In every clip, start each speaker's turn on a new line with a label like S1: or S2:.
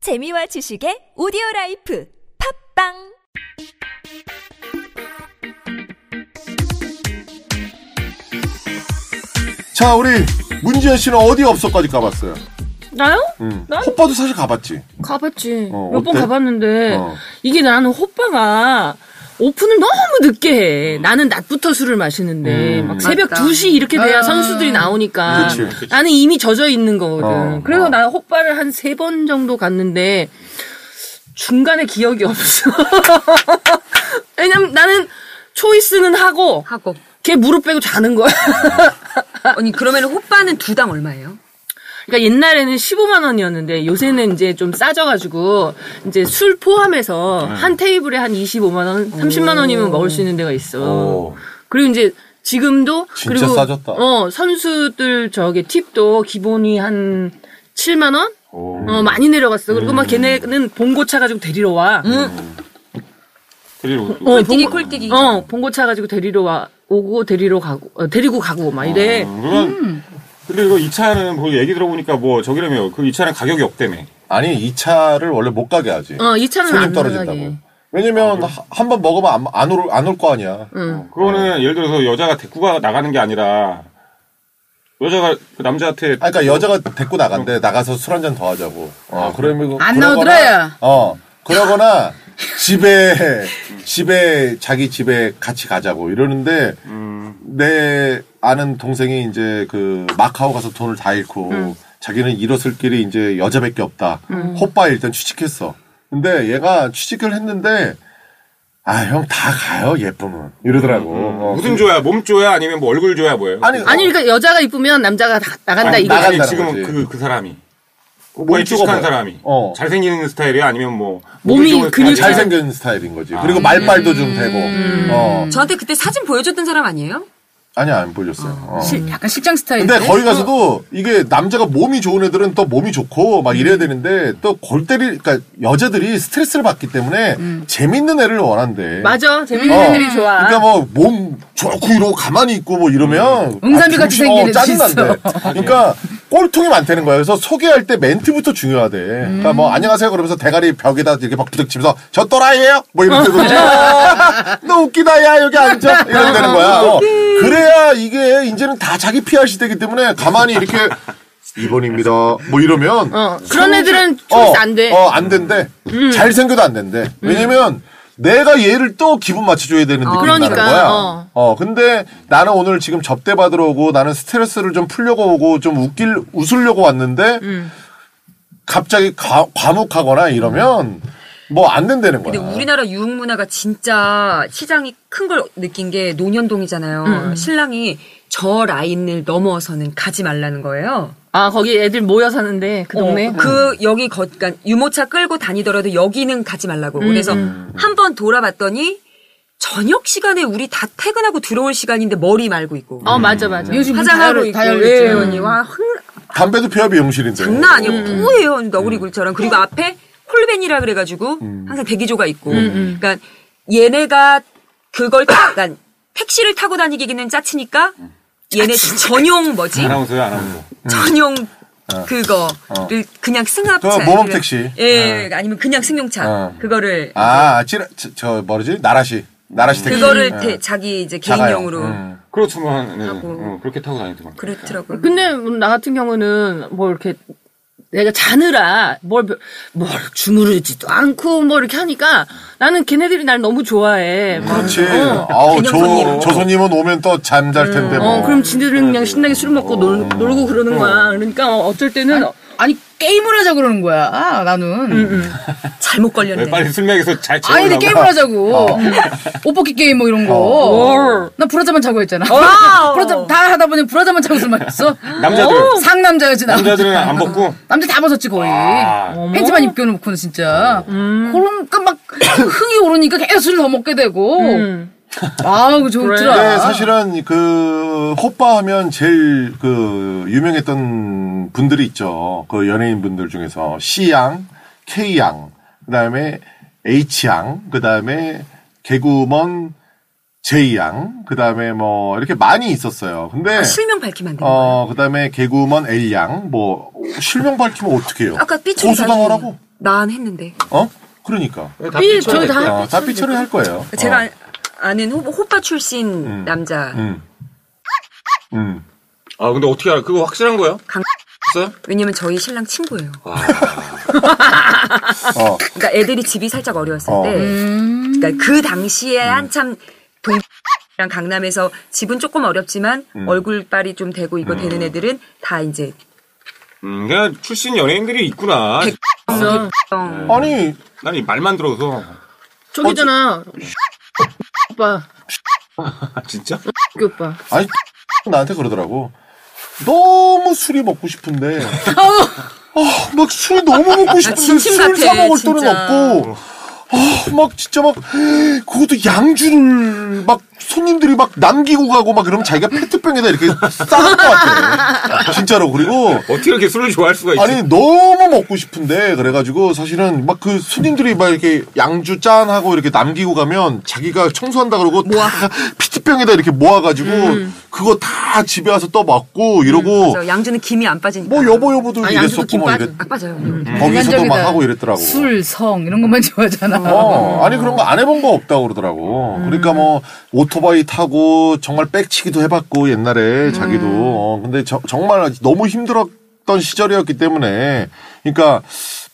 S1: 재미와 지식의 오디오 라이프 팝빵
S2: 자, 우리 문지연 씨는 어디 업소까지 가봤어요?
S3: 나요?
S2: 음.
S3: 난-
S2: 호빠도 사실 가봤지.
S3: 가봤지.
S2: 어,
S3: 몇 번
S2: 어때?
S3: 가봤는데
S2: 어.
S3: 이게 나는 호빠가 오픈을 너무 늦게 해. 나는 낮부터 술을 마시는데
S2: 어. 음.
S3: 막 새벽 2시 이렇게 돼야 선수들이 나오니까
S2: 그치.
S3: 나는 이미 젖어 있는 거거든.
S2: 어.
S3: 그래서
S2: 어.
S3: 나 호빠를 한 세 번 정도 갔는데 중간에 기억이 없어. 왜냐면 나는 초이스는 하고
S4: 하고.
S3: 걔 무릎 빼고 자는 거야.
S4: 아니 그러면 호빠는 두 당 얼마예요?
S3: 그러니까 옛날에는 15만 원이었는데 요새는 이제 좀 싸져가지고 이제 술 포함해서
S2: 네.
S3: 한 테이블에 한 25만 원, 30만 원이면 먹을 수 있는 데가 있어.
S2: 오.
S3: 그리고 이제 지금도
S2: 진짜
S3: 그리고
S2: 싸졌다.
S3: 어 선수들 저기 팁도 기본이 한 7만 원. 어 많이 내려갔어. 그리고 막 걔네는 봉고 차 가지고 데리러 와.
S2: 음.
S5: 데리러
S3: 어,
S4: 꼴뚜기
S3: 봉-
S4: 꼴뚜기.
S3: 어 봉고 차 가지고 데리러 와 오고 데리러 가고 어, 데리고 가고 막
S2: 아,
S3: 이래.
S5: 그러면 근데 이거 2차는 뭐 얘기 들어보니까 뭐 저기라며 그 2차는 가격이 없다며.
S2: 아니, 이 차를 원래 못 가게 하지.
S3: 어 이 차는
S2: 손님
S3: 안
S2: 떨어진다고.
S3: 나가게. 아,
S2: 왜냐면 한 번 먹으면 안 올 안 올 거 아니야.
S6: 음.
S5: 어, 그거는 예를 들어서 여자가 데리고 나가는 게 아니라 여자가 그 남자한테
S2: 아, 그러니까 여자가 데리고 나간대. 나가서 술 한 잔 더 하자고.
S5: 아,
S2: 어, 그러면 이거
S6: 안
S2: 그러거나-
S6: 나오더라요.
S2: 어. 그러거나 집에 집에 자기 집에 같이 가자고 이러는데
S5: 음,
S2: 내 아는 동생이 이제 그 마카오 가서 돈을 다 잃고 자기는 잃었을 길이 이제 여자밖에 없다. 호빠에 일단 취직했어. 근데 얘가 취직을 했는데 아 형 다 가요 예쁘면 이러더라고. 어,
S5: 음, 무슨 조야? 뭐 몸 조야? 아니면 뭐 얼굴 조야 뭐예요?
S2: 아니
S3: 아니 그러니까 여자가 이쁘면 남자가 다 나간다
S5: 아니,
S3: 이거.
S2: 나가-
S5: 아니,
S2: 나간다는
S5: 지금
S2: 거지. 그
S5: 그, 그 사람이 그
S2: 몸
S5: 오빠에 취직한
S2: 찍어봐요.
S5: 사람이
S2: 어.
S5: 잘생기는 스타일이야? 아니면 뭐
S3: 몸이
S5: 얼굴 좋은
S3: 근육
S5: 스타일이야?
S2: 잘생긴 스타일인 거지. 그리고 말빨도 좀 되고. 어
S4: 저한테 그때 사진 보여줬던 사람 아니에요?
S2: 아니 안 보여줬어요. 어.
S6: 실- 약간 실장 스타일.
S2: 근데 거기 가서도 이게 남자가 몸이 좋은 애들은 또 몸이 좋고 막 이래야 되는데 또 골 때리 그러니까 여자들이 스트레스를 받기 때문에 재밌는 애를 원한대.
S3: 맞아. 재밌는
S2: 네. 어.
S3: 애들이 좋아.
S2: 그러니까 뭐 몸 좋고 이러고 가만히 있고 뭐
S3: 음.
S2: 이러면
S6: 응삼이
S2: 아,
S6: 같이
S2: 정신-
S6: 생긴
S2: 어,
S6: 애들이
S2: 짜증난대. 그러니까 꼴통이 많다는 거야. 그래서 소개할 때 멘트부터 중요하대. 그러니까 뭐
S3: 음.
S2: 안녕하세요 그러면서 대가리 벽에다 이렇게 막 부딪히면서 저 또라이예요. 뭐 이런 데도
S3: 어.
S2: 너 웃기다 야 여기 앉아 이러면 되는 거야. 어. 그래야 이게 이제는 다 자기 PR 시대기 때문에 가만히 이렇게 2번입니다. 뭐 이러면
S3: 어, 그런 애들은 초이스 안 돼.
S2: 어, 안 된대.
S4: 음.
S2: 잘생겨도 안 된대. 왜냐면, 내가 얘를 또 기분 맞춰줘야 되는 느낌이
S3: 그러니까,
S2: 나는 거야.
S3: 어.
S2: 어, 근데 나는 오늘 지금 접대받으러 오고 나는 스트레스를 좀 풀려고 오고 좀 웃길, 웃으려고 왔는데,
S4: 음.
S2: 갑자기 과, 과묵하거나 이러면 뭐 안 된다는 거야.
S4: 근데 우리나라 유흥 문화가 진짜 시장이 큰 걸 느낀 게 논현동이잖아요.
S6: 음,
S4: 신랑이 저 라인을 넘어서는 가지 말라는 거예요.
S3: 아, 거기 애들 모여 사는데, 그 동네.
S4: 어, 그 여기 거, 그러니까 유모차 끌고 다니더라도 여기는 가지 말라고.
S6: 음,
S4: 그래서 한 번 돌아봤더니 저녁 시간에 우리 다 퇴근하고 들어올 시간인데 머리 말고 있고
S3: 어, 맞아, 맞아.
S6: 요즘
S4: 화장하고
S6: 화장하고
S4: 있고
S6: 다
S4: 예,
S6: 열렸죠.
S4: 언니 와 흥,
S2: 담배도 폐업 미용실인데.
S4: 장난 아니고 뿌예요
S2: 음.
S4: 너구리 굴처럼 그리고 앞에 콜벤이라 그래가지고 항상 대기조가 있고
S2: 음,
S4: 그러니까 얘네가 그걸 타, 그러니까 택시를 타고 다니기는 짜치니까
S2: 음.
S4: 얘네 전용 뭐지
S5: 아나운서야 아나운서.
S4: 전용 그거를 그냥 승합차
S2: 그거 어. 모범 택시.
S4: 예 아니면 그냥 승용차
S2: 어.
S4: 그거를
S2: 아, 찌라, 저, 저 뭐지? 나라시. 나라시 택시.
S4: 그거를
S2: 어,
S4: 대- 자기 이제
S2: 작아요.
S4: 개인용으로
S2: 음.
S5: 그렇지만 네,
S4: 하고.
S5: 어, 그렇게 타고 다니더만.
S4: 그렇더라고요.
S3: 근데, 음, 나 같은 경우는, 뭐, 이렇게, 내가 자느라, 뭘, 별- 뭘 주무르지도 않고, 뭐, 이렇게 하니까, 나는 걔네들이 날 너무 좋아해.
S2: 음. 그렇지.
S4: 어.
S2: 아우, 저,
S4: 개념
S2: 저 손님은 오면 또
S4: 음.
S2: 잠잘 텐데 뭐.
S3: 어, 그럼 지들은 그냥 신나게 술 먹고 놀, 놀고 그러는 거야. 그러니까, 어쩔 때는,
S6: 아니 게임을 하자 그러는 거야. 아,
S2: 음,
S6: 나는.
S4: 잘못
S5: 왜
S4: 걸렸네.
S5: 빨리 술 먹여서 잘
S6: 아니 근데
S2: 어.
S5: 재우려고.
S6: 게임을 하자고. 옷벗기 게임 뭐 이런 거.
S3: 월.
S6: 나 브라자만 자고 했잖아.
S4: 와우.
S6: 브라자 다 하다 보니 브라자만 자고서 막 했어.
S5: 남자들
S6: 상남자였지 나.
S5: 남자들은 안 벗고
S6: 남자 다 벗었지 거의.
S5: 아.
S6: 팬츠만 입혀놓고는 진짜. 그러니까 막 흥이 오르니까 계속 술 더 먹게 되고. 아우 그 좋더라.
S2: 근데 네, 사실은 그 호빠 하면 제일 그 유명했던 분들이 있죠. 그 연예인 분들 중에서 C양, K양, 그다음에 H양, 그다음에 개구먼 제이양, 그 다음에 뭐, 이렇게 많이 있었어요. 근데,
S4: 아, 실명 밝히면 안 돼요.
S2: 어, 그 다음에 개구먼 엘양, 뭐, 실명 밝히면 어떡해요?
S4: 아까 삐처리
S2: 고소당하라고?
S4: 난 했는데
S2: 어? 그러니까.
S5: 다
S3: 삐-
S5: 비춰야
S3: 저희 다
S5: 될까?
S2: 어, 다 삐처리 할 거예요.
S4: 아, 제가
S2: 어.
S4: 아는 호, 호빠 출신 남자
S2: 음. 음.
S5: 아 근데 어떻게 알아? 그거 확실한 거예요?
S4: 강
S5: 있어요?
S4: 왜냐면 저희 신랑 친구예요.
S2: 어.
S4: 그러니까 애들이 집이 살짝 어려웠을
S2: 어.
S4: 때,
S3: 음.
S4: 그러니까 그 당시에
S2: 음.
S4: 한참 동랑 강남에서 집은 조금 어렵지만
S2: 음.
S4: 얼굴빨이 좀 되고 이거 되는 애들은 다 이제
S5: 음, 그냥 출신 연예인들이 있구나.
S2: 음.
S4: 어,
S2: 아니,
S5: 난이 말만 들어서
S3: 저기잖아. 오빠,
S5: 아, 진짜?
S3: 그 오빠.
S2: 아니, 나한테 그러더라고. 너무 술이 먹고 싶은데. 아, 막 술이 너무 먹고 싶은데
S4: 진심
S2: 술
S4: 같아,
S2: 사먹을 돈은
S4: 진짜.
S2: 없고. 아, 막 진짜 막 그것도 양주를 막 손님들이 막 남기고 가고 막 그러면 자기가 페트병에다 이렇게 싸는 것 같아. 진짜로. 그리고
S5: 어떻게 이렇게 술을 좋아할 수가 있지?
S2: 아니 너무 먹고 싶은데 그래가지고 사실은 막 그 손님들이 막 이렇게 양주 짠 하고 이렇게 남기고 가면 자기가 청소한다 그러고 모아 피트병에다 이렇게 모아가지고
S6: 음.
S2: 그거 다 집에 와서 떠먹고 이러고
S4: 그래서 양주는 김이 안 빠지니까
S2: 뭐 여보 여보도
S3: 아니, 양주도
S2: 이랬었고 뭐 음. 막
S3: 김밥.
S2: 이랬
S4: 아 빠져요.
S2: 거기서도 막
S6: 인간적이다.
S2: 하고 이랬더라고.
S6: 술, 성 이런 것만 좋아하잖아.
S3: 음.
S2: 어, 아니 그런 거 안 해본 거 없다고 그러더라고. 그러니까 뭐 오토바이 타고 정말 백치기도 해봤고 옛날에 자기도.
S3: 음.
S2: 어, 근데 저- 정말 너무 힘들었던 시절이었기 때문에 그러니까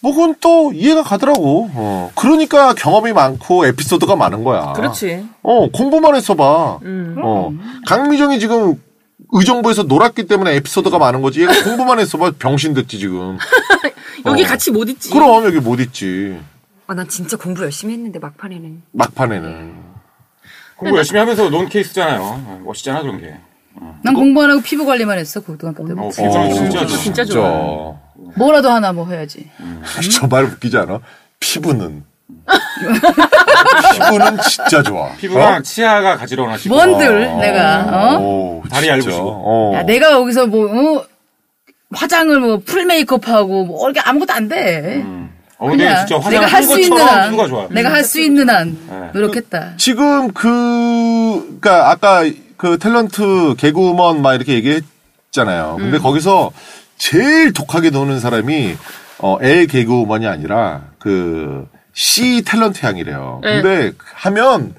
S2: 뭐 그건 또 이해가 가더라고. 어, 그러니까 경험이 많고 에피소드가 많은 거야.
S3: 그렇지. 음.
S2: 어 공부만 했어봐. 어 강미정이 지금 의정부에서 놀았기 때문에 에피소드가 많은 거지. 얘가 공부만 했어봐 병신 됐지 지금.
S3: 여기
S2: 어.
S3: 같이 못 있지.
S2: 그럼 여기 못 있지.
S4: 아, 난 진짜 공부 열심히 했는데 막판에는
S2: 음. 막판에는.
S5: 공부 열심히 하면서 논 케이스잖아요. 멋있잖아 그런 게.
S6: 난 공부 안 하고 피부 관리만 했어 고등학교 때.
S5: 어,
S6: 부
S5: 비주얼 진짜
S3: 진짜
S5: 좋아.
S3: 진짜 좋아.
S2: 어.
S6: 뭐라도 하나 뭐 해야지.
S2: 아, 저 말 웃기지 않아? 피부는. 피부는 진짜 좋아.
S5: 피부랑 치아가 가지런하시고
S6: 뭔들
S5: 아.
S2: 어?
S6: 내가 어?
S2: 오,
S5: 다리
S2: 진짜.
S5: 얇으시고.
S2: 어.
S6: 야, 내가 여기서 뭐 어? 화장을 뭐 풀메이크업하고 뭐 이렇게 아무것도 안 돼.
S5: 어, 근데
S6: 그냥
S5: 진짜
S6: 내가
S5: 화장한
S6: 할수 있는
S5: 것처럼
S6: 한
S5: 피부가 좋아.
S6: 내가 할 수 있는 한
S5: 네.
S6: 노력했다.
S2: 지금 그, 그니까 아까 그 탤런트 개그우먼 막 이렇게 얘기했잖아요. 근데 거기서 제일 독하게 노는 사람이 어, L 개그우먼이 아니라 그 C 탤런트 향이래요.
S3: 네.
S2: 근데 하면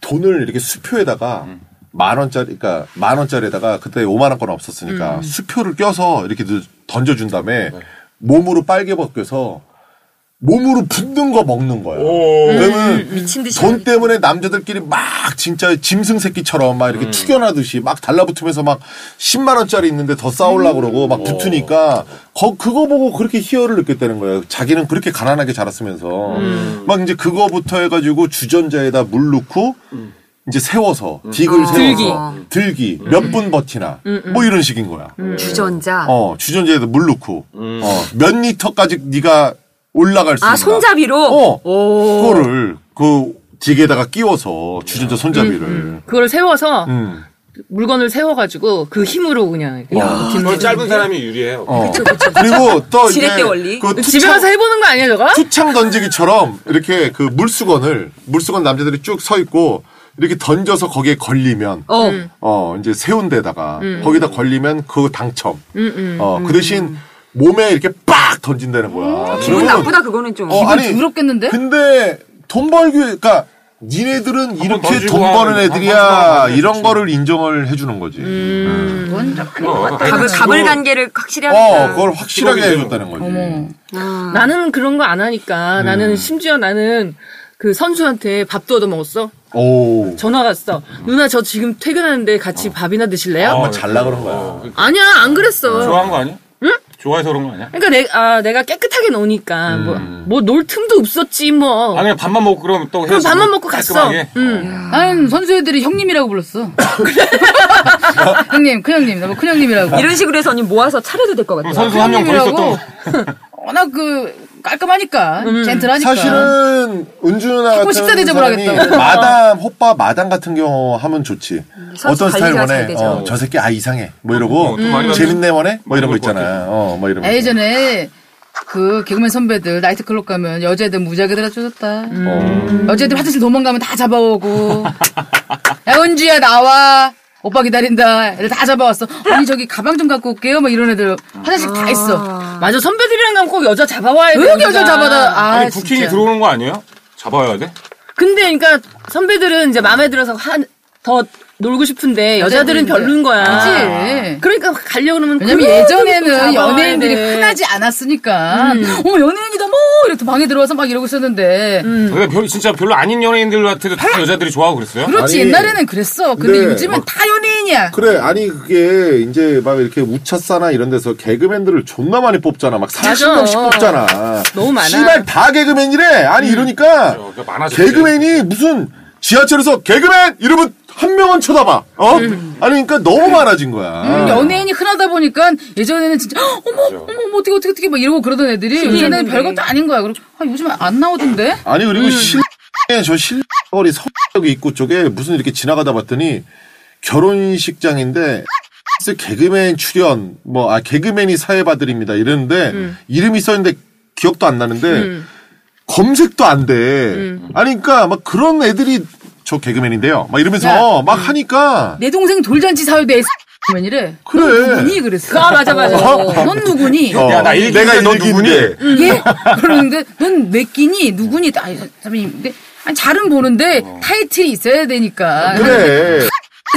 S2: 돈을 이렇게 수표에다가 만 원짜리, 그러니까 만 원짜리에다가 그때 5만 원권 없었으니까 수표를 껴서 이렇게 넣- 던져준 다음에 몸으로 빨개 벗겨서 몸으로 붓는 거 먹는 거야. 그러면
S4: 미친 듯이
S2: 돈 때문에 남자들끼리 막 진짜 짐승 새끼처럼 막 이렇게 투견하듯이 막 달라붙으면서 막 10만 원짜리 있는데 더 싸우려고 그러고 막 붙으니까 거 그거 보고 그렇게 희열을 느꼈다는 거예요. 자기는 그렇게 가난하게 자랐으면서 막 이제 그거부터 해가지고 주전자에다 물 넣고 이제 세워서
S4: 음.
S2: 딕을 세워서 들기, 몇 분 버티나 뭐 이런 식인 거야.
S4: 음. 주전자
S2: 어 주전자에다 물 넣고 어, 몇 리터까지 네가 올라갈 수 있나?
S4: 아 손잡이로
S2: 어. 그거를 그 딕에다가 끼워서 주전자 손잡이를.
S4: 음,
S3: 그걸 세워서
S2: 음.
S3: 물건을 세워가지고 그 힘으로 그냥 이렇게
S5: 그
S3: 뒷머리
S5: 짧은 사람이 유리해요.
S2: 어. 그리고 또 이제
S4: 지렛대 원리.
S2: 그 투창,
S3: 집에 가서 해보는 거 아니야 저거?
S2: 투창 던지기처럼 이렇게 그 물수건을 물수건 남자들이 쭉 서 있고 이렇게 던져서 거기에 걸리면
S4: 어. 음,
S2: 어 이제 세운 데다가 거기다 걸리면 그 당첨. 어그 대신 몸에 이렇게 빡 던진다는 거야.
S4: 음. 기분
S2: 그러면-
S4: 나쁘다 그거는 좀
S2: 음. 어, 아니
S6: 부럽겠는데?
S5: 그
S2: 근데 돈 벌기 그러니까 니네들은 이렇게
S5: 던지고
S2: 돈 버는
S5: 하는,
S2: 애들이야
S5: 한번
S2: 이런
S5: 던지고
S2: 거를 인정을 해주는 거지.
S6: 뭔 작품?
S5: 어,
S4: 그 가불 가불 관계를 확실히
S2: 어,
S4: 합니다.
S2: 그걸 확실하게
S5: 직업이죠.
S2: 해줬다는 거지.
S3: 아. 나는 그런 거 안 하니까
S5: 네.
S3: 나는 심지어 나는 그 선수한테 밥도 얻어 먹었어.
S2: 오.
S3: 전화 갔어. 누나 저 지금 퇴근하는데 같이
S5: 어.
S3: 밥이나 드실래요?
S2: 정말 잘나 그런 거야.
S5: 그러니까.
S3: 아니야 안 그랬어.
S5: 좋아한 거 아니야? 응? 좋아해서 그런 거 아니야?
S3: 그러니까 내, 아, 내가 깨끗하게 넣으니까 뭐 뭐 놀 틈도 없었지 뭐.
S5: 음. 아니 그냥 밥만 먹고 그럼 또
S3: 그럼
S5: 헤어지고
S3: 밥만 먹고 갔어. 음.
S5: 깔끔하게.
S3: 응.
S6: 나는 선수애들이 형님이라고 불렀어. 형님, 큰형님, 나뭐 큰형님이라고.
S4: 이런 식으로 해서 언니 모아서 차려도 될 것
S5: 그럼
S4: 같아요.
S5: 선수 한 명 더 있었던
S6: 형님이라고.
S5: 거.
S6: 워낙 그 깔끔하니까,
S3: 음.
S6: 젠틀하니까.
S2: 사실은 은주 누나 같은
S6: 식사 대접을
S2: 사람이
S6: 하겠다.
S2: 마담 호빠 마담 같은 경우 하면 좋지.
S4: 선수
S2: 어떤 스타일
S4: 관리가 잘
S2: 원해?
S4: 되죠.
S2: 어, 저 새끼 아 이상해. 뭐 이러고
S5: 어, 좀 많이
S2: 재밌네 원해? 뭐 이런 거
S5: 많이 볼것
S2: 있잖아. 어, 뭐 이런 거.
S6: 야, 예전에 그 개그맨 선배들 나이트클럽 가면 여자애들 무지하게 들어쫓았다.
S2: 어.
S6: 여자애들 화장실 도망가면 다 잡아오고. 혜원지야 나와. 오빠 기다린다. 애들 다 잡아왔어. 언니 저기 가방 좀 갖고 올게요. 막 이런 애들 화장실 다 있어.
S3: 맞아 선배들이랑 가면 꼭 여자 잡아와야 돼.
S6: 왜 여기 여자 잡아다. 아
S5: 아니 부킹이
S6: 진짜.
S5: 들어오는 거 아니에요? 잡아야 돼?
S3: 근데 그러니까 선배들은 이제 마음에 들어서 한, 더 놀고 싶은데 여자들은
S6: 여자들은
S3: 별론 거야.
S6: 그치.
S3: 그러니까 가려고 그러면 그런
S6: 왜냐면
S3: 데도
S6: 예전에는
S3: 잡아와야
S6: 연예인들이
S3: 돼.
S6: 흔하지 않았으니까. 어머 연예인이다 뭐 이렇게 방에 들어와서 막 이러고 있었는데.
S5: 근데 별, 진짜 별로 아닌 연예인들한테도 다 여자들이 좋아하고 그랬어요?
S6: 그렇지
S2: 아니,
S6: 옛날에는 그랬어. 근데
S2: 네.
S6: 요즘은
S2: 막-
S6: 다 연예인이야.
S2: 그래 아니 그게 이제 막 이렇게 우차사나 이런 데서 개그맨들을 존나 많이 뽑잖아 막 40명씩 뽑잖아
S3: 너무 많아. 음.
S2: 씨발 다 개그맨이래 아니 이러니까
S5: 그러니까 많아졌지.
S2: 개그맨이 무슨 지하철에서 개그맨 이러면 한 명은 쳐다봐 어
S3: 음.
S2: 아니 그러니까 너무 많아진 거야
S6: 음, 연예인이 흔하다 보니까 예전에는 진짜 "헉, 어머 어머 어머 어떻게 어떻게 어떻게 막 이러고 그러던 애들이 요즘에는
S5: 네.
S6: 별것도 아닌 거야. 그리고 아, 요즘 안 나오던데.
S2: 아니 그리고
S3: 음.
S2: 실에 저 실거리 서쪽에 입구 쪽에 무슨 이렇게 지나가다 봤더니 결혼식장인데 X 개그맨 출연 뭐 아 개그맨이 사회봐드립니다 이랬는데
S3: 음.
S2: 이름이 써있는데 기억도 안 나는데 검색도 안 돼.
S3: 음.
S2: 아니 그러니까 막 그런 애들이 저 개그맨인데요. 막 이러면서
S3: 네. 음.
S2: 막 하니까
S6: 내 동생 돌잔치 사회도 왜 이래?
S2: 그래.
S6: 넌 누구니 그랬어.
S3: 아, 맞아, 맞아.
S6: 넌 누구니?
S2: 어,
S5: 야, 나 일기인데 너 누군데?
S6: 예? 그러는데 넌 몇 끼니? 누구니? 아, 선배님, 근데 아니, 잘은 보는데 타이틀이 있어야 되니까.
S3: 음.
S2: 그래.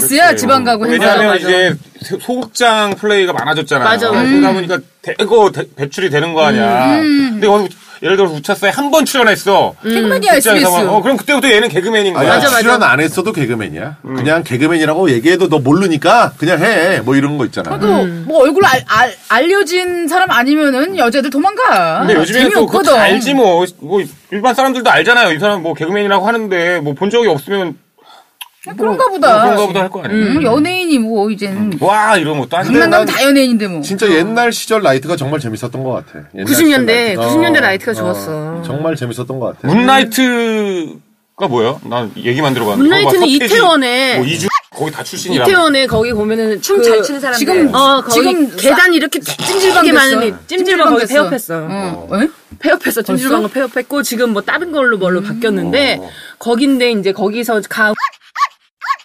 S6: X야 지방 가고
S5: 아, 왜냐하면
S6: 행사.
S5: 이제 소- 소극장 플레이가 많아졌잖아요.
S3: 맞아, 맞아.
S5: 그러다 보니까 대거 대- 배출이 되는 거 아니야. 근데 거기 우- 예를 들어서 우차사에 한 번 출연했어.
S6: 개그맨이야 음, SBS.
S5: 입장에서만, 어, 그럼 그때부터 얘는 개그맨인
S2: 아니,
S5: 거야.
S3: 맞아.
S2: 출연 안 했어도 개그맨이야.
S5: 음.
S2: 그냥 개그맨이라고 얘기해도 너 모르니까 그냥 해. 뭐 이런 거 있잖아.
S6: 그래도
S3: 음.
S6: 뭐 얼굴 알, 알, 알려진 사람 아니면은 여자들 도망가.
S5: 근데 요즘에는 또 그거
S6: 재미없거든.
S5: 다 알지 뭐, 뭐 일반 사람들도 알잖아요. 이 사람 뭐 개그맨이라고 하는데 뭐 본 적이 없으면
S6: 뭐,
S5: 뭐
S6: 그런가 보다.
S2: 뭐,
S5: 그런가 보다 할 거 아니에요.
S6: 음, 연예인이 뭐 이제는
S5: 와 이런 것도 안 돼.
S6: 강남 가면 다 연예인인데 뭐.
S2: 음. 진짜 옛날 시절 라이트가 정말 재밌었던 것 같아. 옛날
S3: 90년대,
S2: 시절 라이트.
S3: 90년대 라이트가 좋았어.
S2: 정말 재밌었던 것 같아.
S5: 문나이트가 뭐예요? 난 얘기만 들어봤는데.
S3: 문나이트는
S5: 거기 막 서태지,
S3: 이태원에-
S5: 뭐 이주 거기 다 출신이라.
S3: 이태원에 거기 보면은
S4: 춤
S3: 그-
S4: 잘 추는 사람들.
S6: 지금
S3: 어, 거기
S6: 지금
S3: 계단 이렇게 찜질방 많은데 찜질방 거기 폐업했어. 음.
S6: 어. 에?
S3: 폐업했어. 찜질방은 폐업했고 지금 뭐 다른 걸로 뭘로 바뀌었는데 거긴데 이제 거기서 가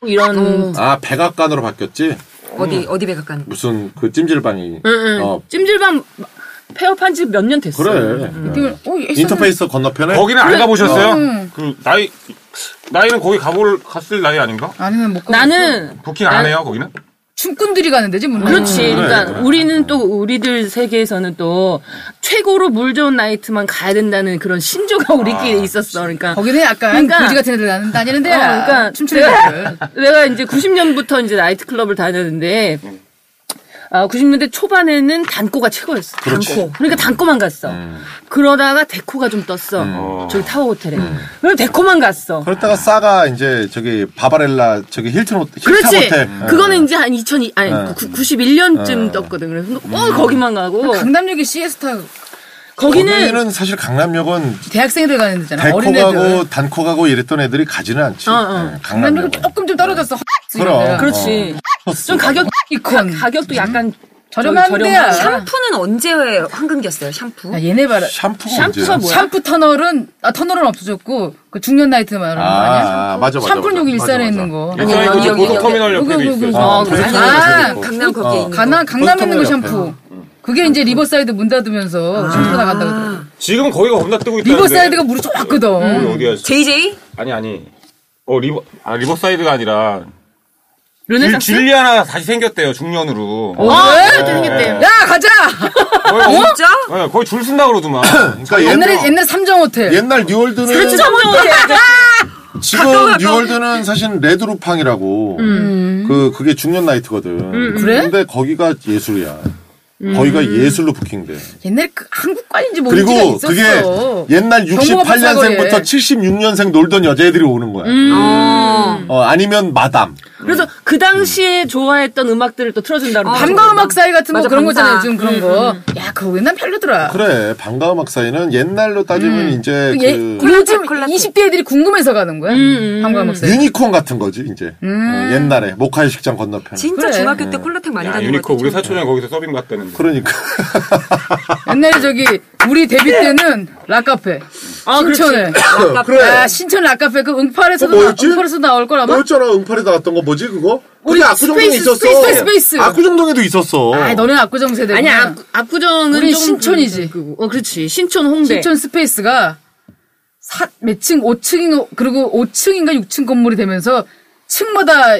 S3: 이런
S2: 아 백악관으로 바뀌었지?
S4: 어디 어디 백악관.
S2: 무슨 그 찜질방이.
S3: 응.
S2: 어,
S3: 찜질방 폐업한 지 몇 년 됐어.
S2: 그래.
S6: 지금, 어, 예전에-
S2: 인터페이스 건너편에.
S5: 거기는 안 가보셨어요? 그 나이 나이는 거기 가볼 갔을 나이 아닌가?
S6: 아니면 못 가.
S3: 나는
S5: 부킹 안 해요 거기는?
S6: 춤꾼들이 가는 데지 뭐. 문.
S3: 그렇지. 그러니까 우리는 또 우리들 세계에서는 또 최고로 물 좋은 나이트만 가야 된다는 그런 신조가 우리끼리 있었어. 그러니까
S6: 거기는 약간
S3: 그러니까-
S6: 그지 같은 애들 나는 다니는데.
S3: 어, 그러니까
S6: 춤추는
S3: 내가-
S6: 애들.
S3: 내가 이제 90년부터 이제 나이트클럽을 다녔는데, 아, 90년대 초반에는 단코가 최고였어. 단코. 그러니까 단코만 갔어. 그러다가 데코가 좀 떴어. 저기 타워 호텔에. 음. 그래서 데코만 갔어.
S2: 그러다가 싸가 이제 저기 바바렐라 저기 힐튼 호텔. 힐튼
S3: 그렇지.
S2: 호텔.
S3: 그거는 이제 한 2002, 아니, 91년쯤 떴거든. 그래서 꼭 거기만 가고.
S6: 강남역이 시에스타
S3: 아, 거기는,
S2: 거기는 사실 강남역은
S6: 대학생들 가는 데잖아.
S2: 대코
S6: 어린애들.
S2: 가고 단코 가고 이랬던 애들이 가지는 않지.
S3: 어, 어.
S2: 네, 강남역은.
S6: 강남역이 조금 좀 떨어졌어.
S2: 그럼.
S6: 이런 데가.
S3: 그렇지. 좀 가격,
S6: 이콘.
S3: 가격도 약간
S6: 저렴한
S3: 저렴한
S6: 데야.
S4: 샴푸는 언제 황금기였어요? 샴푸.
S6: 야, 얘네 봐라.
S2: 샴푸가 언제?
S3: 샴푸가 뭐야?
S6: 샴푸 터널은 아 터널은 없어졌고 그 중년 나이트 말하는 거
S2: 아,
S6: 아니야?
S2: 아, 맞아, 맞아.
S6: 샴푸는
S2: 맞아.
S6: 여기
S2: 맞아,
S6: 일산에
S2: 맞아.
S6: 있는 거.
S5: 일산에
S4: 여기,
S5: 그
S4: 여기,
S5: 고속터미널
S6: 여기,
S5: 옆에도
S6: 여기,
S5: 있어요.
S6: 여기.
S2: 아,
S4: 아니,
S2: 그래서
S6: 아,
S4: 강남 거기에 있는
S2: 음,
S6: 강남 강남에 있는 거
S2: 버스
S6: 샴푸.
S2: 음.
S6: 그게 이제 리버사이드 문
S2: 아.
S6: 닫으면서 샴푸 나간다 그러더라고.
S5: 지금 거기가 겁나 뜨고 있다.
S6: 리버사이드가 뭐 물이 좋았거든.
S2: 음.
S5: 어디야?
S4: JJ?
S5: 아니 아니. 어 리버 아 리버사이드가 아니라 줄,
S3: 르네상스?
S5: 줄리아나 다시 생겼대요 중년으로. 어,
S3: 아, 생겼대.
S6: 야 가자.
S5: 거의, 어?
S4: 진짜?
S5: 네, 거의 줄 쓴다 그러더만.
S2: 그러니까
S6: 옛날에
S2: 옛날
S6: 옛날 삼정 호텔.
S2: 옛날 뉴월드는 지금 뉴월드는 사실 레드루팡이라고 그 그게 중년 나이트거든.
S6: 음. 그래? 음.
S2: 근데 거기가 예술이야. 거기가 예술로 부킹돼.
S6: 옛날 그 한국관인지 모르는 데가
S2: 그리고
S6: 있었어.
S2: 그게 옛날
S6: 경호가
S2: 68년생부터
S6: 불사거리에.
S2: 음.
S6: 음.
S2: 76년생 놀던 여자애들이 오는 거야. 어, 아니면 어, 마담.
S3: 그래서 그 당시에 좋아했던 음악들을 또 틀어준다 그러고.
S6: 밤과 음악 사이 같은 거
S4: 맞아,
S6: 그런
S4: 감사.
S6: 거잖아요. 요즘 그런 거. 야, 그거 옛날 별로더라.
S2: 그래 반가음 학사에는 옛날로 따지면 이제
S6: 예,
S2: 그
S6: 요즘
S4: 콜라트.
S6: 20대 애들이 궁금해서 가는 거야. 밤과 음악 사이.
S2: 유니콘 같은 거지 이제
S6: 음.
S2: 어, 옛날에 모카의 식장 건너편.
S4: 진짜
S6: 그래.
S4: 중학교 때 콜라텍 많이
S5: 야,
S4: 다닌
S5: 유니코
S4: 것 같아.
S5: 우리 사촌이랑 거기서 서빙 갔다는데.
S2: 그러니까
S6: 옛날에 저기 우리 데뷔 때는 락카페.
S3: 아, 그렇지.
S6: 신천에.
S2: 그래.
S6: 아, 신천 락카페 그 응팔에서도
S2: 어,
S6: 나-
S2: 뭐였지?
S6: 응팔에서 나올 걸 아마.
S2: 뭐였잖아 응팔에 나왔던 거 뭐지 그거?
S6: 우리
S2: 그게 압구정동에
S6: 스페이스,
S2: 있었어.
S6: 스페이스, 스페이스.
S2: 압구정동에도 있었어.
S6: 아, 너네 압구정 세대.
S3: 아니, 압, 압구정은.
S6: 우리
S3: 좀
S6: 신촌이지.
S3: 그- 어, 그렇지. 신촌 홍대.
S6: 신촌 스페이스가 사, 몇 층, 5층인 그리고 5층인가 6층 건물이 되면서 층마다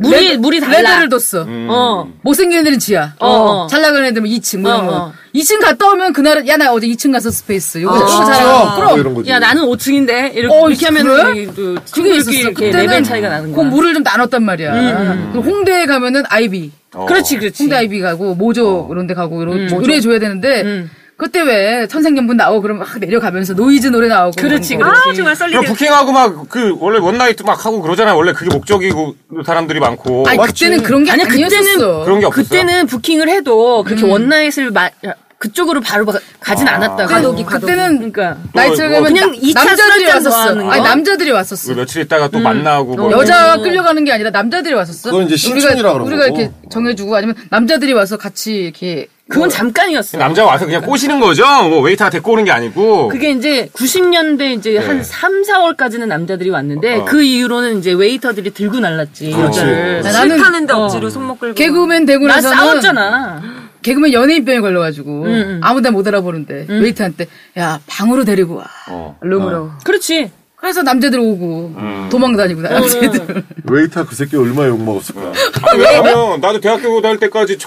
S3: 물이- 물이 달라.
S6: 레벨을 뒀어.
S2: 음.
S5: 음,
S3: 어.
S6: 못생긴 애들은 지하.
S3: 어.
S6: 잘 나가는 애들은 2층. 뭐 이런
S3: 어,
S6: 거.
S3: 어.
S6: 2층 갔다 오면 그날은 야 나 어제 2층 가서 스페이스. 요거
S3: 어,
S6: 요거
S2: 진짜?
S6: 잘하고
S2: 뭐
S6: 그럼.
S2: 이런 거지.
S3: 야, 나는 5층인데. 이렇게,
S6: 어,
S3: 이렇게 하면
S6: 그래?
S3: 우리 또
S6: 그게
S3: 친구들끼리
S6: 있었어.
S3: 이렇게
S6: 그때는
S3: 레벨 차이가 나는 음,
S6: 그
S3: 거야.
S6: 물을 좀 나눴단 말이야. 그 홍대에 가면은 아이비.
S3: 그렇지, 그렇지.
S6: 홍대 아이비 가고
S2: 어.
S6: 모조 이런 데 가고
S3: 음,
S6: 이런 노래 줘야 되는데 그때 왜 천생연분 나오고 그러면 막 내려가면서 노이즈 노래 나오고
S3: 그렇지,
S6: 그런 거.
S3: 그렇지.
S4: 아, 정말
S5: 그리고
S4: 썰리네.
S5: 부킹하고 막 그 원래 원나잇도 막 하고 그러잖아요. 원래 그게 목적이고 사람들이 많고.
S6: 아니
S5: 맞지?
S6: 그때는 그런 게
S3: 아니,
S6: 아니었어. 음.
S3: 그때는
S5: 그런 게 없었어요.
S3: 그때는 부킹을 해도 그렇게 원나잇을 마, 그쪽으로 바로 가- 가진
S5: 아.
S3: 않았다고.
S4: 과도기, 과도기.
S6: 그때는
S3: 그러니까.
S6: 나이트에
S5: 뭐,
S6: 가면
S3: 그냥
S6: 나-
S3: 이차
S6: 남자들이
S3: 술잔
S6: 왔었어.
S3: 좋아하는 거? 어.
S6: 아니 남자들이 왔었어.
S5: 그 며칠 있다가 또 만나고 뭐
S6: 여자가 끌려가는 게 아니라 남자들이 왔었어.
S2: 그건 이제 신촌이라 그런
S6: 우리가
S2: 거고.
S6: 이렇게 정해주고 아니면 남자들이 와서 같이 이렇게
S3: 그건 잠깐이었어.
S5: 남자 와서 그냥 꼬시는 거죠. 뭐 웨이터가 데리고 오는 게 아니고.
S3: 그게 이제 90년대 이제 한 3, 4월까지는 남자들이 왔는데
S5: 네. 어.
S3: 그 이후로는 이제 웨이터들이 들고 날랐지
S2: 그렇지.
S3: 여자를.
S6: 나- 나는-
S4: 싫다는데 억지로 손목 끌고.
S6: 개그맨 되고
S3: 나
S6: 나서는
S3: 싸웠잖아.
S6: 개그맨 연예인병에 걸려가지고 아무나 못 알아보는데 웨이트한테 야 방으로 데리고 와.
S5: 어.
S6: 룸으로.
S3: 그렇지.
S6: 그래서 남자들 오고
S3: 어.
S6: 도망다니고 남자들.
S2: 웨이터 그 새끼 얼마나 욕 먹었을까.
S5: 아니, 왜냐면 나도 대학교 다닐 때까지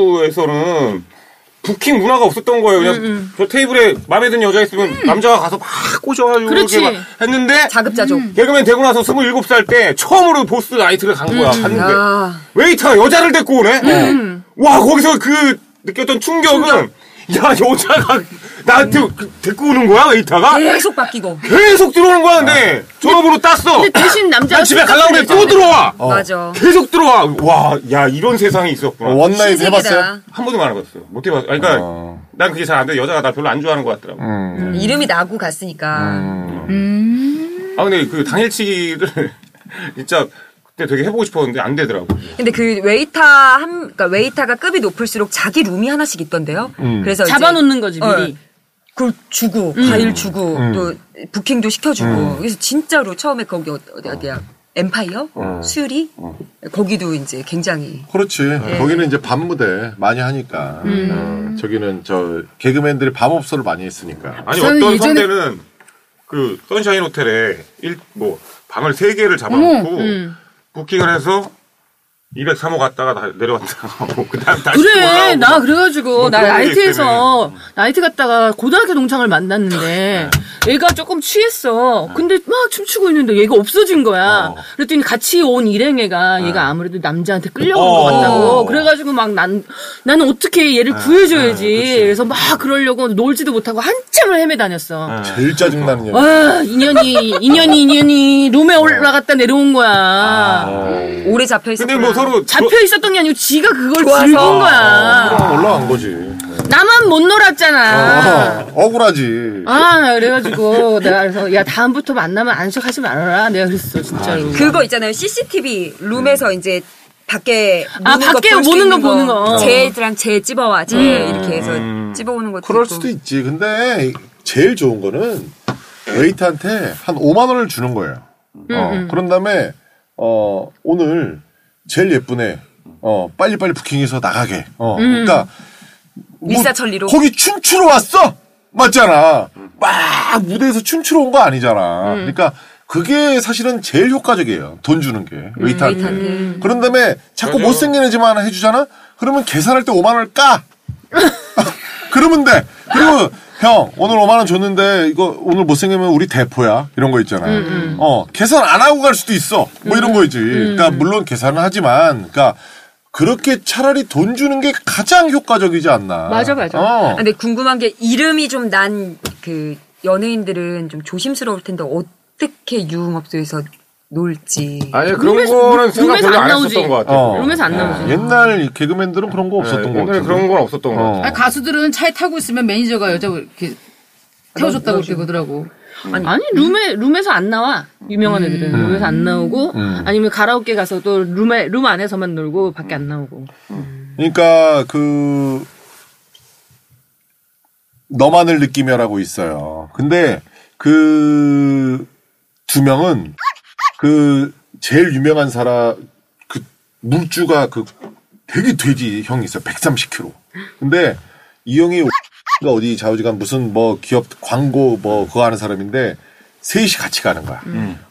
S5: 청주에서는 부킹 문화가 없었던 거예요. 그냥 저 테이블에 마음에 드는 여자 있으면 남자가 가서 막 꼬셔가지고
S3: 그렇지.
S5: 이렇게 막 했는데
S4: 자급자족.
S5: 개그맨 되고 나서 27살 때 처음으로 보스 나이트를 간 거야. 갔는데
S4: 야.
S5: 웨이터가 여자를 데리고 오네. 와 거기서 그 느꼈던 충격은 야 여자가 나한테 그- 데리고 오는 거야 웨이터가
S4: 계속 바뀌고.
S5: 계속 들어오는 거야 근데 전화번호 땄어.
S3: 근데 대신 남자가
S5: 난 집에 가려고 그래 또 들어와.
S4: 맞아.
S5: 계속 들어와. 와, 야 이런 세상이 있었구나.
S2: 어, 원나잇
S4: 아, 신세계다.
S2: 해봤어요?
S5: 한 번도 안 해봤어. 못 해봤어. 아니, 그러니까
S2: 어. 음.
S5: 난 그게 잘 안 돼. 여자가 나 별로 안 좋아하는 것 같더라고.
S4: 이름이 나고 갔으니까.
S5: 아 근데 그 당일치기를 진짜 그때 되게 해보고 싶었는데 안 되더라고.
S4: 근데 그 웨이터 한, 그러니까 웨이터가 급이 높을수록 자기 룸이 하나씩 있던데요. 그래서 이제
S3: 잡아놓는 거지 미리.
S4: 그걸 주고 과일 주고 또 부킹도 시켜주고 그래서 진짜로 처음에 거기 어디, 어디야 엠파이어 수유리 거기도 이제 굉장히
S2: 그렇지.
S4: 예.
S2: 거기는 이제 밤무대 많이 하니까.
S6: 음.
S2: 어, 저기는 저 개그맨들이 밤업소를 많이 했으니까.
S5: 아니
S6: 저는
S5: 어떤
S6: 예전에-
S5: 선배는 그 선샤인 호텔에 일 뭐 방을 세 개를 잡아놓고 부킹을 해서 203호 갔다가 다 내려왔다고 그다음 다시
S3: 아, 그래
S5: 올라오고.
S3: 나 그래가지고
S5: 뭐
S3: 어, 나
S5: 그런 게
S3: 나이트에서 나이트 갔다가 고등학교 동창을 만났는데 얘가 조금 취했어 근데 막 춤추고 있는데 얘가 없어진 거야 그랬더니 같이 온 일행애가 얘가 아무래도 남자한테 끌려간
S5: 어.
S3: 것 같다고 그래가지고 막 난 나는 어떻게 얘를 구해줘야지 그래서 막 그러려고 놀지도 못하고 한참을 헤매 다녔어
S2: 제일 짜증나는
S6: 아.
S2: 얘기.
S3: 와 인연이 인연이 인연이 룸에 올라갔다 내려온 거야
S5: 아,
S4: 오래 잡혀 있었
S5: 근데 뭐 서로
S3: 잡혀 있었던 게 아니고 지가 그걸
S4: 좋아서.
S3: 즐긴 거야
S6: 아.
S2: 그럼 올라간 거지.
S3: 어. 나만 못 놀았잖아
S2: 어, 억울하지.
S3: 아, 나 그래가지고 내가 그래서 야 다음부터 만나면 안식하지 말아라. 내가 그랬어 진짜로.
S4: 그거 있잖아요 CCTV 룸에서 이제 밖에
S3: 아,
S4: 노는 거
S3: 밖에
S4: 볼수
S3: 보는 거
S4: 있는
S3: 보는 거. 어. 음.
S4: 쟤랑 쟤 집어와 쟤 이렇게 해서 집어오는 것도
S2: 그럴
S4: 있고.
S2: 수도 있지. 근데 제일 좋은 거는 웨이트한테 한 5만 원을 주는 거예요.
S4: 음,
S2: 어, 그런 다음에 어, 오늘 제일 예쁘네. 어, 빨리빨리 부킹해서 나가게. 어,
S4: 음,
S2: 그러니까 뭐,
S4: 일사천리로. 음.
S2: 거기 춤추러 왔어. 맞잖아. 막 무대에서 춤추러 온 거 아니잖아. 그러니까 그게 사실은 제일 효과적이에요. 돈 주는
S4: 음,
S2: 게 웨이트한테. 그런 다음에 자꾸
S5: 맞아요.
S2: 못생긴 애지만 해주잖아. 그러면 계산할 때 5만 원을 까. 그러면 돼. 그리고 형 오늘 5만 원 줬는데 이거 오늘 못생기면 우리 대포야 이런 거 있잖아.
S3: 음,
S2: 어 계산 안 하고 갈 수도 있어. 뭐 이런 거지. 그러니까
S3: 음.
S2: 물론 계산은 하지만 그러니까 그렇게 차라리 돈 주는 게 가장 효과적이지 않나.
S3: 맞아, 맞아.
S2: 어.
S4: 아, 근데 궁금한 게 이름이 좀 난 그 연예인들은 좀 조심스러울 텐데 어떻게 유흥업소에서 놀지.
S7: 아니 그런
S3: 룸에서-
S7: 거는
S3: 룸-
S7: 생각
S3: 룸에서
S7: 별로
S3: 안
S7: 안 했었던
S3: 나오지.
S7: 것 같아요.
S2: 어.
S3: 룸에서 안 나오지.
S2: 옛날 이 개그맨들은 그런 거
S5: 네,
S2: 없었던 거
S7: 예, 옛날에
S2: 같아요.
S7: 그런 건 없었던 것
S2: 어.
S7: 같아요.
S6: 아니, 가수들은 차에 타고 있으면 매니저가 여자 이렇게 태워줬다고 이렇게 그러더라고.
S3: 아니 룸에 룸에서 안 나와 유명한 애들은 룸에서 안 나오고 아니면 가라오케 가서도 룸에 룸 안에서만 놀고 밖에 안 나오고
S2: 그러니까 그 너만을 느끼며라고 있어요. 근데 그 두 명은 그 제일 유명한 사람 그 물주가 그 되게 돼지 형이 있어요. 130kg. 근데 이 형이 가 어디 좌우지간 무슨 뭐 기업 광고 뭐 그거 하는 사람인데 셋이 같이 가는 거야.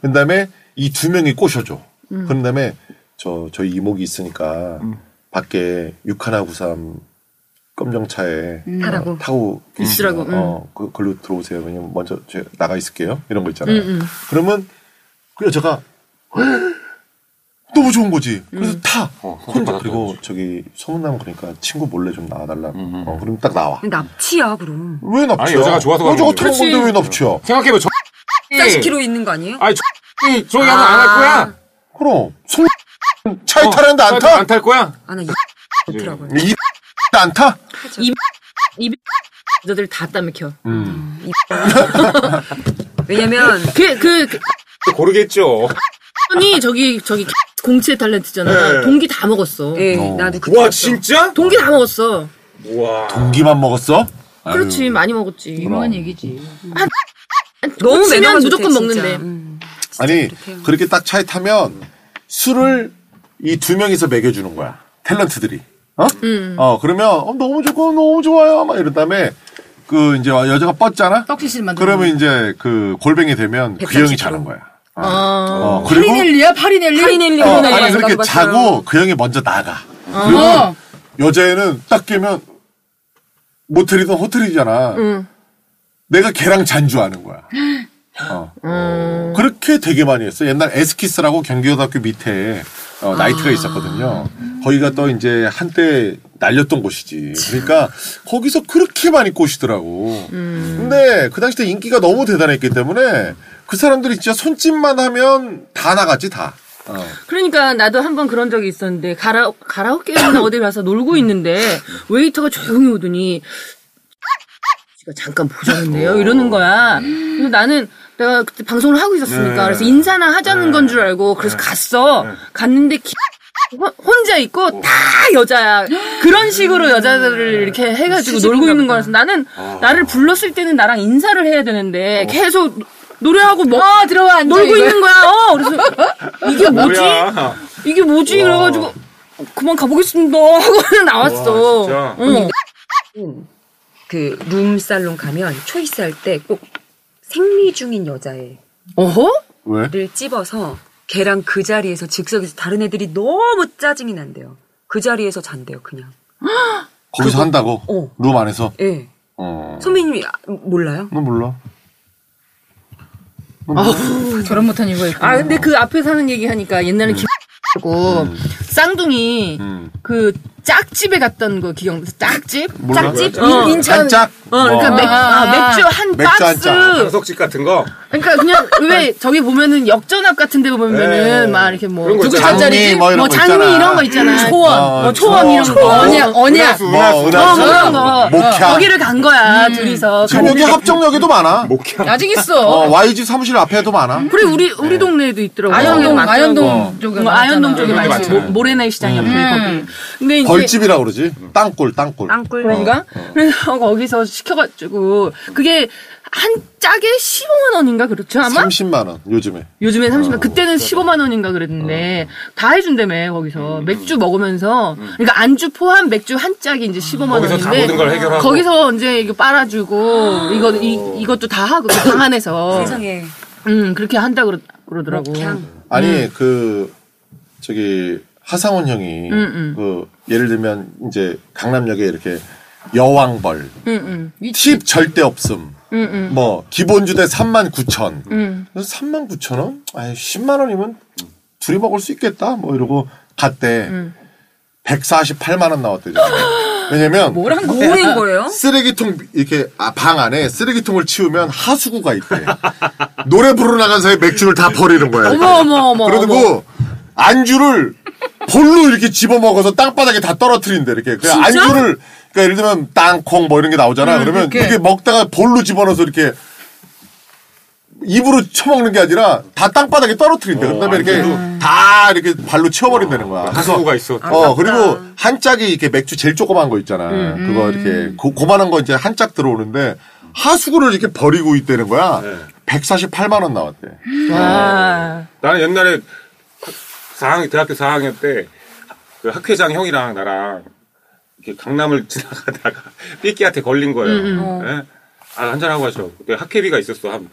S2: 그다음에 이 두 명이 꼬셔줘. 그런 다음에 저 저희 이목이 있으니까 밖에 6193 검정차에
S4: 타라고.
S2: 어, 타고
S3: 있으라고, 음.
S2: 어, 그, 걸로 들어오세요. 왜냐면 먼저 제가 나가 있을게요. 이런 거 있잖아요. 그러면 그 여자가 너무 좋은 거지. 그래서 타.
S4: 음.
S7: 어,
S2: 혼자 그리고 저기 소문나면 그러니까 친구 몰래 좀 나와달라고. 어, 그럼 딱 나와.
S4: 납치야 그럼.
S2: 왜 납치야?
S7: 아니, 여자가 좋아서 어. 가는
S2: 여자가
S7: 건데.
S2: 타는 건데 왜 납치야?
S7: 생각해봐 저.
S4: 아,
S5: 예.
S4: 40kg 있는 거 아니에요?
S7: 아니 저. 이 저기 하면 안 할 거야?
S2: 그럼 소
S7: 어,
S2: 차에 타는데 안 타?
S7: 안탈 거야?
S4: 아, 나 이. 좋더라고요.
S2: 네. 이안 타?
S3: 이 여자들 다 땀에 켜.
S4: 왜냐면
S3: 그그 그,
S5: 네, 고르겠죠.
S3: 언니 저기 저기 공채 탤런트잖아.
S5: 네.
S3: 동기 다 먹었어.
S4: 예, 나도 그
S5: 와 진짜?
S3: 동기 다 먹었어.
S5: 와.
S2: 공기만 먹었어?
S3: 그렇지 많이 먹었지.
S6: 유명한 얘기지.
S4: 너무
S3: 치면
S4: 매너가
S3: 무조건
S4: 좋대,
S3: 먹는데.
S4: 진짜. 음.
S2: 아니 그렇게 딱 차에 타면 술을 이 두 명이서 먹여주는 거야 탤런트들이 어?
S4: 음.
S2: 어 그러면 어, 너무 좋고 너무 좋아요 막 이런 다음에 그 이제 여자가 뻗잖아
S4: 어,
S6: 떡시실 만들
S2: 그러면 이제 그 골뱅이 되면 그 형이 자는 거야
S3: 아.
S2: 어 그리고
S6: 파리넬리야 파리넬리.
S4: 파리넬리
S2: 어,
S4: 그러네.
S2: 아니
S4: 나도
S2: 그렇게
S4: 봤어요.
S2: 자고 그 형이 먼저 나가
S6: 어.
S2: 여자애는 딱 깨면 모텔이든 호텔이잖아 내가 걔랑 잔 줄 아는 거야 어. 그렇게 되게 많이 했어. 옛날 에스키스라고 경기고등학교 밑에 어, 나이트가 있었거든요. 거기가 또 이제 한때 날렸던 곳이지. 그러니까 거기서 그렇게 많이 꼬시더라고. 근데 그 당시 때 인기가 너무 대단했기 때문에 그 사람들이 진짜 손짓만 하면 다 나갔지 다. 어.
S3: 그러니까 나도 한 번 그런 적이 있었는데 가라 가라오케나 어디 가서 놀고 있는데 웨이터가 조용히 오더니 씨가 잠깐 보자는데요 이러는 거야. 그래서 나는 내가 그때 방송을 하고 있었으니까 그래서 인사나 하자는 건 줄 알고 그래서 갔어. 갔는데 기- 혼- 혼자 있고 다 여자야. 그런 식으로 여자들을 이렇게 해가지고 놀고 있는 거라서 나는 나를 불렀을 때는 나랑 인사를 해야 되는데 계속 노래하고 뭐
S6: 아 들어와 앉아.
S3: 놀고
S6: 이거.
S3: 있는 거야. 어, 그래서 이게 뭐지?
S5: 뭐야?
S3: 이게 뭐지? 그래가지고 그만 가보겠습니다 하고 나왔어.
S5: 진짜.
S3: 응.
S4: 그 룸살롱 가면 초이스 할 때 꼭 생리 중인 여자애를
S3: 어허?
S2: 왜?
S4: 찝어서 걔랑 그 자리에서 즉석에서 다른 애들이 너무 짜증이 난대요. 그 자리에서 잔대요, 그냥.
S2: 거기서 한다고?
S4: 어.
S2: 룸 안에서?
S4: 예.
S2: 어.
S4: 선배님이 아, 몰라요?
S2: 난 몰라.
S6: 결혼 못한 이유가 있고.
S3: 아 근데 그 앞에 사는 얘기 하니까 옛날에 김고 쌍둥이 그 짝집에 갔던 거 기억? 짝집?
S2: 몰라.
S3: 짝집?
S2: 어.
S3: 인- 인천.
S2: 짝 뭐.
S3: 어, 그러니까 맥, 아, 맥주 한
S2: 맥주 한
S3: 박스.
S2: 잔.
S5: 방석집 같은
S7: 어,
S5: 거.
S3: 그러니까 그냥 왜 저기 보면은 역전 앞 같은 데 보면은 막 이렇게 뭐
S5: 그런 거
S3: 누구
S5: 있잖아.
S3: 잣짜리지?
S2: 장미 뭐 이런 거
S3: 장미
S2: 있잖아.
S3: 이런 거 있잖아.
S6: 초원.
S2: 어,
S3: 어, 초원 이런 거.
S6: 언약 언약.
S5: 은하수,
S2: 뭐,
S5: 은하수.
S2: 은하수. 뭐
S3: 어, 그런 거.
S2: 목향.
S3: 거기를 간 거야, 둘이서.
S2: 지금 여기 합정역에도 많아.
S5: 목향.
S6: 아직
S2: 어,
S6: 있어.
S2: YG 사무실 앞에도 많아.
S3: 그래, 우리, 우리 동네에도 있더라고.
S6: 아현동
S3: 맞더라고.
S6: 아현동 쪽에
S3: 어, 아현동 쪽에
S5: 많이
S3: 많지.
S5: 뭐 많잖아요. 음.
S3: 모래내 시장이 앞에 거기. 근데 이제
S2: 벌집이라 그러지. 땅굴, 땅굴.
S4: 땅굴.
S3: 그런가?
S5: 어.
S3: 그래서 거기서 시켜가지고 그게 한 짝에 15만 원인가 그렇죠 아마?
S2: 30만 원 요즘에.
S3: 요즘에 30만
S5: 아,
S3: 그때는 15만 원인가 그랬는데
S5: 어.
S3: 다 해준다며
S5: 음.
S3: 거기서 맥주 먹으면서 그러니까 안주 포함 맥주 한 짝이 이제 15만
S5: 거기서 다
S3: 원인데
S5: 모든 걸 해결하고.
S3: 거기서 이제 이거 빨아주고 이거 이, 이것도 다 하고 그방 안에서
S4: 세상에.
S3: 음 그렇게 한다 그러,
S5: 뭐,
S3: 그러더라고.
S4: 그냥
S2: 아니 그 저기 하상훈 형이 그 예를 들면 이제 강남역에 이렇게 여왕벌
S3: 응응
S2: 팁 절대 음. 없음. 음. 뭐 기본주대 3만 9천. 3만 9천 원? 아유 10만 원이면 음. 둘이 먹을 수 있겠다. 뭐 이러고 갔대. 148만 원 나왔대잖아. 왜냐면
S6: 뭐란 거야?
S4: 뭐인 거예요?
S2: 쓰레기통 이렇게 아, 방 안에 쓰레기통을 치우면 하수구가 있대. 노래 부르러 나간 사이 맥주를 다 버리는 거야.
S6: 어머 어머 어머.
S5: 뭐.
S6: 뭐. 어머.
S2: 그러고 안주를 볼로 이렇게 집어 먹어서 땅바닥에 다 떨어뜨린대 이렇게. 그 안주를 그러니까 예를 들면 땅콩 뭐 이런 게 나오잖아. 그러면
S6: 음, 이렇게.
S2: 이렇게. 먹다가 볼로 집어넣어서 이렇게 입으로 쳐먹는 게 아니라 다 땅바닥에 떨어뜨린대. 그다음에 이렇게 다 이렇게 발로 치워버린다는 거야. 그래서
S5: 하수구가 있어.
S6: 아,
S7: 아,
S2: 어, 그리고 한 짝이 이렇게 맥주 제일 조그만 거 있잖아.
S6: 음,
S2: 그거 이렇게 고, 고만한 거 이제 한 짝 들어오는데 하수구를 이렇게 버리고 있다는 거야.
S5: 네.
S2: 148만 원 나왔대.
S3: 아,
S5: 나는 옛날에 4학년, 대학교 4학년 때, 그 학회장 형이랑 나랑, 이렇게 강남을 지나가다가, 삐끼한테 걸린 거예요.
S3: 음,
S5: 예? 아, 한잔하고 가죠. 그때 학회비가 있었어. 한,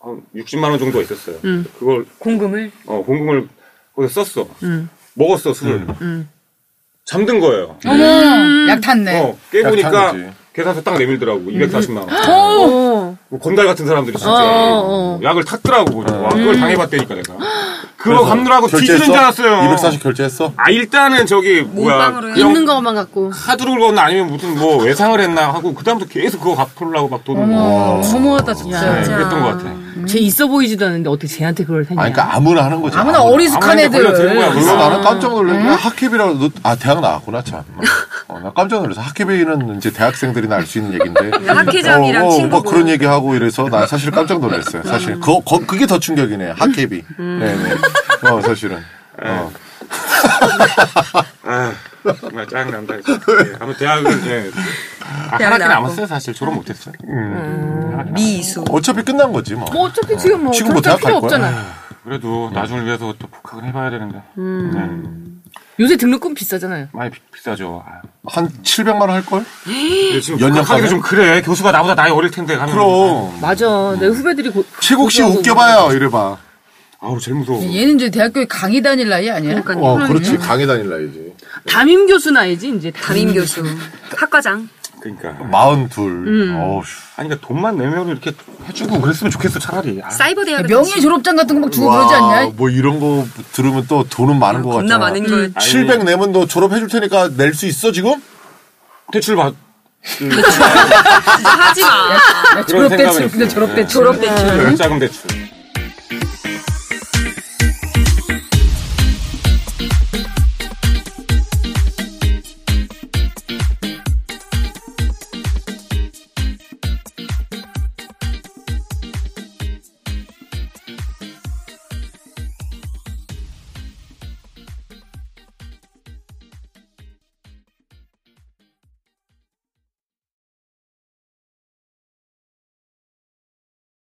S5: 한 60만원 정도가 있었어요. 그걸,
S3: 음. 공금을. 음.
S5: 어, 공금을 거기서 썼어. 먹었어, 술을.
S2: 음,
S5: 잠든 거예요.
S3: 아,
S6: 약 탔네.
S5: 어, 깨보니까
S2: 약한 거지.
S5: 계산서 딱 내밀더라고. 240만원.
S3: 오.
S5: 뭐 건달 같은 사람들이 진짜 뭐
S3: 어, 어.
S5: 약을 탔더라고. 그러니까. 와, 그걸
S6: 음.
S5: 당해봤다니까 내가. 그거 감느라고 뒤지는
S2: 결제했어?
S5: 줄 알았어요.
S2: 240 결제했어?
S5: 아 일단은 저기 뭐야
S4: 몰빵으로
S5: 그냥
S6: 있는 것만 갖고.
S5: 카드를 걸거나 아니면 무슨 뭐 외상을 했나 하고 그다음부터 계속 그거 갚으려고 막 돈을 뭐,
S6: 어머, 너무하다 진짜.
S5: 네, 그랬던 것 같아.
S3: 쟤 있어 보이지도 않는데 어떻게 쟤한테 그걸 했냐.
S2: 아, 그러니까 아무나 하는 거지.
S6: 네. 아무나 어리숙한
S5: 아무한테
S6: 애들.
S5: 걸려드는 거야,
S2: 그래서
S5: 아.
S2: 나는 깜짝 놀란 게 학회비라고 너, 아 대학 나왔구나 참. 어, 나 깜짝 놀라서 학회비는 이제 대학생들이나 알 수 있는 얘기인데.
S6: 네,
S4: 학회장이랑
S2: 어, 어, 뭐
S4: 친구고.
S2: 그런 얘기 하고 이래서 나 사실 깜짝 놀랐어요. 사실 그, 거, 그게 더 충격이네. 학회비.
S6: 음.
S2: 네네. 어 사실은. 어.
S5: 아 정말 짜증난다. 예, 아무 대학은 예. 아, 한
S4: 대학
S5: 학기
S4: 나왔고.
S5: 남았어요 사실 졸업 못했어요.
S2: 음.
S4: 미수.
S2: 어차피 끝난 거지 뭐.
S6: 뭐 어차피 지금 뭐
S2: 지금 뭐 대학
S6: 절대
S2: 갈
S6: 필요
S2: 거야?
S6: 없잖아.
S5: 그래도 나중을 위해서 또 복학은 해봐야 되는데
S6: 음.
S5: 네.
S3: 요새 등록금 비싸잖아요.
S5: 많이 비, 비싸죠. 아,
S2: 한 700만 원 할 걸?
S5: 근데 지금
S2: 연령 가면?
S5: 복학하기도 좀 그래. 교수가 나보다 나이 어릴 텐데 가면
S2: 그럼
S3: 맞아. 내 후배들이 고,
S2: 최국 씨
S6: 음.
S3: 고소하고
S2: 웃겨봐요. 이래봐.
S5: 아우 제일 무서워.
S6: 얘는 이제 대학교에 강의 다닐 나이 아니야? 그러니까.
S2: 어 그렇지 강의 다닐 나이지.
S3: 담임 교수 나이지 이제
S4: 담임 교수. 학과장.
S5: 그러니까
S6: 음.
S2: 마흔둘. 어우.
S5: 아니 그러니까 돈만 내면 이렇게 해주고 그랬으면 좋겠어 차라리. 아,
S4: 사이버
S3: 어,
S4: 대학을
S6: 명예 졸업장 같은 거 막 주고
S2: 와,
S6: 그러지 않냐?
S2: 뭐 이런 거 들으면 또 돈은 많은 거 같아.
S4: 겁나 많은
S2: 음.
S4: 걸.
S2: 700 내면 너 졸업해줄 테니까 낼 수 있어 지금?
S5: 대출 받
S4: 하지 마.
S5: 그런
S6: 졸업 대출,
S5: 생각은
S6: 근데
S5: 있어요.
S6: 아, 졸업
S5: 네.
S6: 대출.
S4: 졸업 대출.
S5: 작은 대출.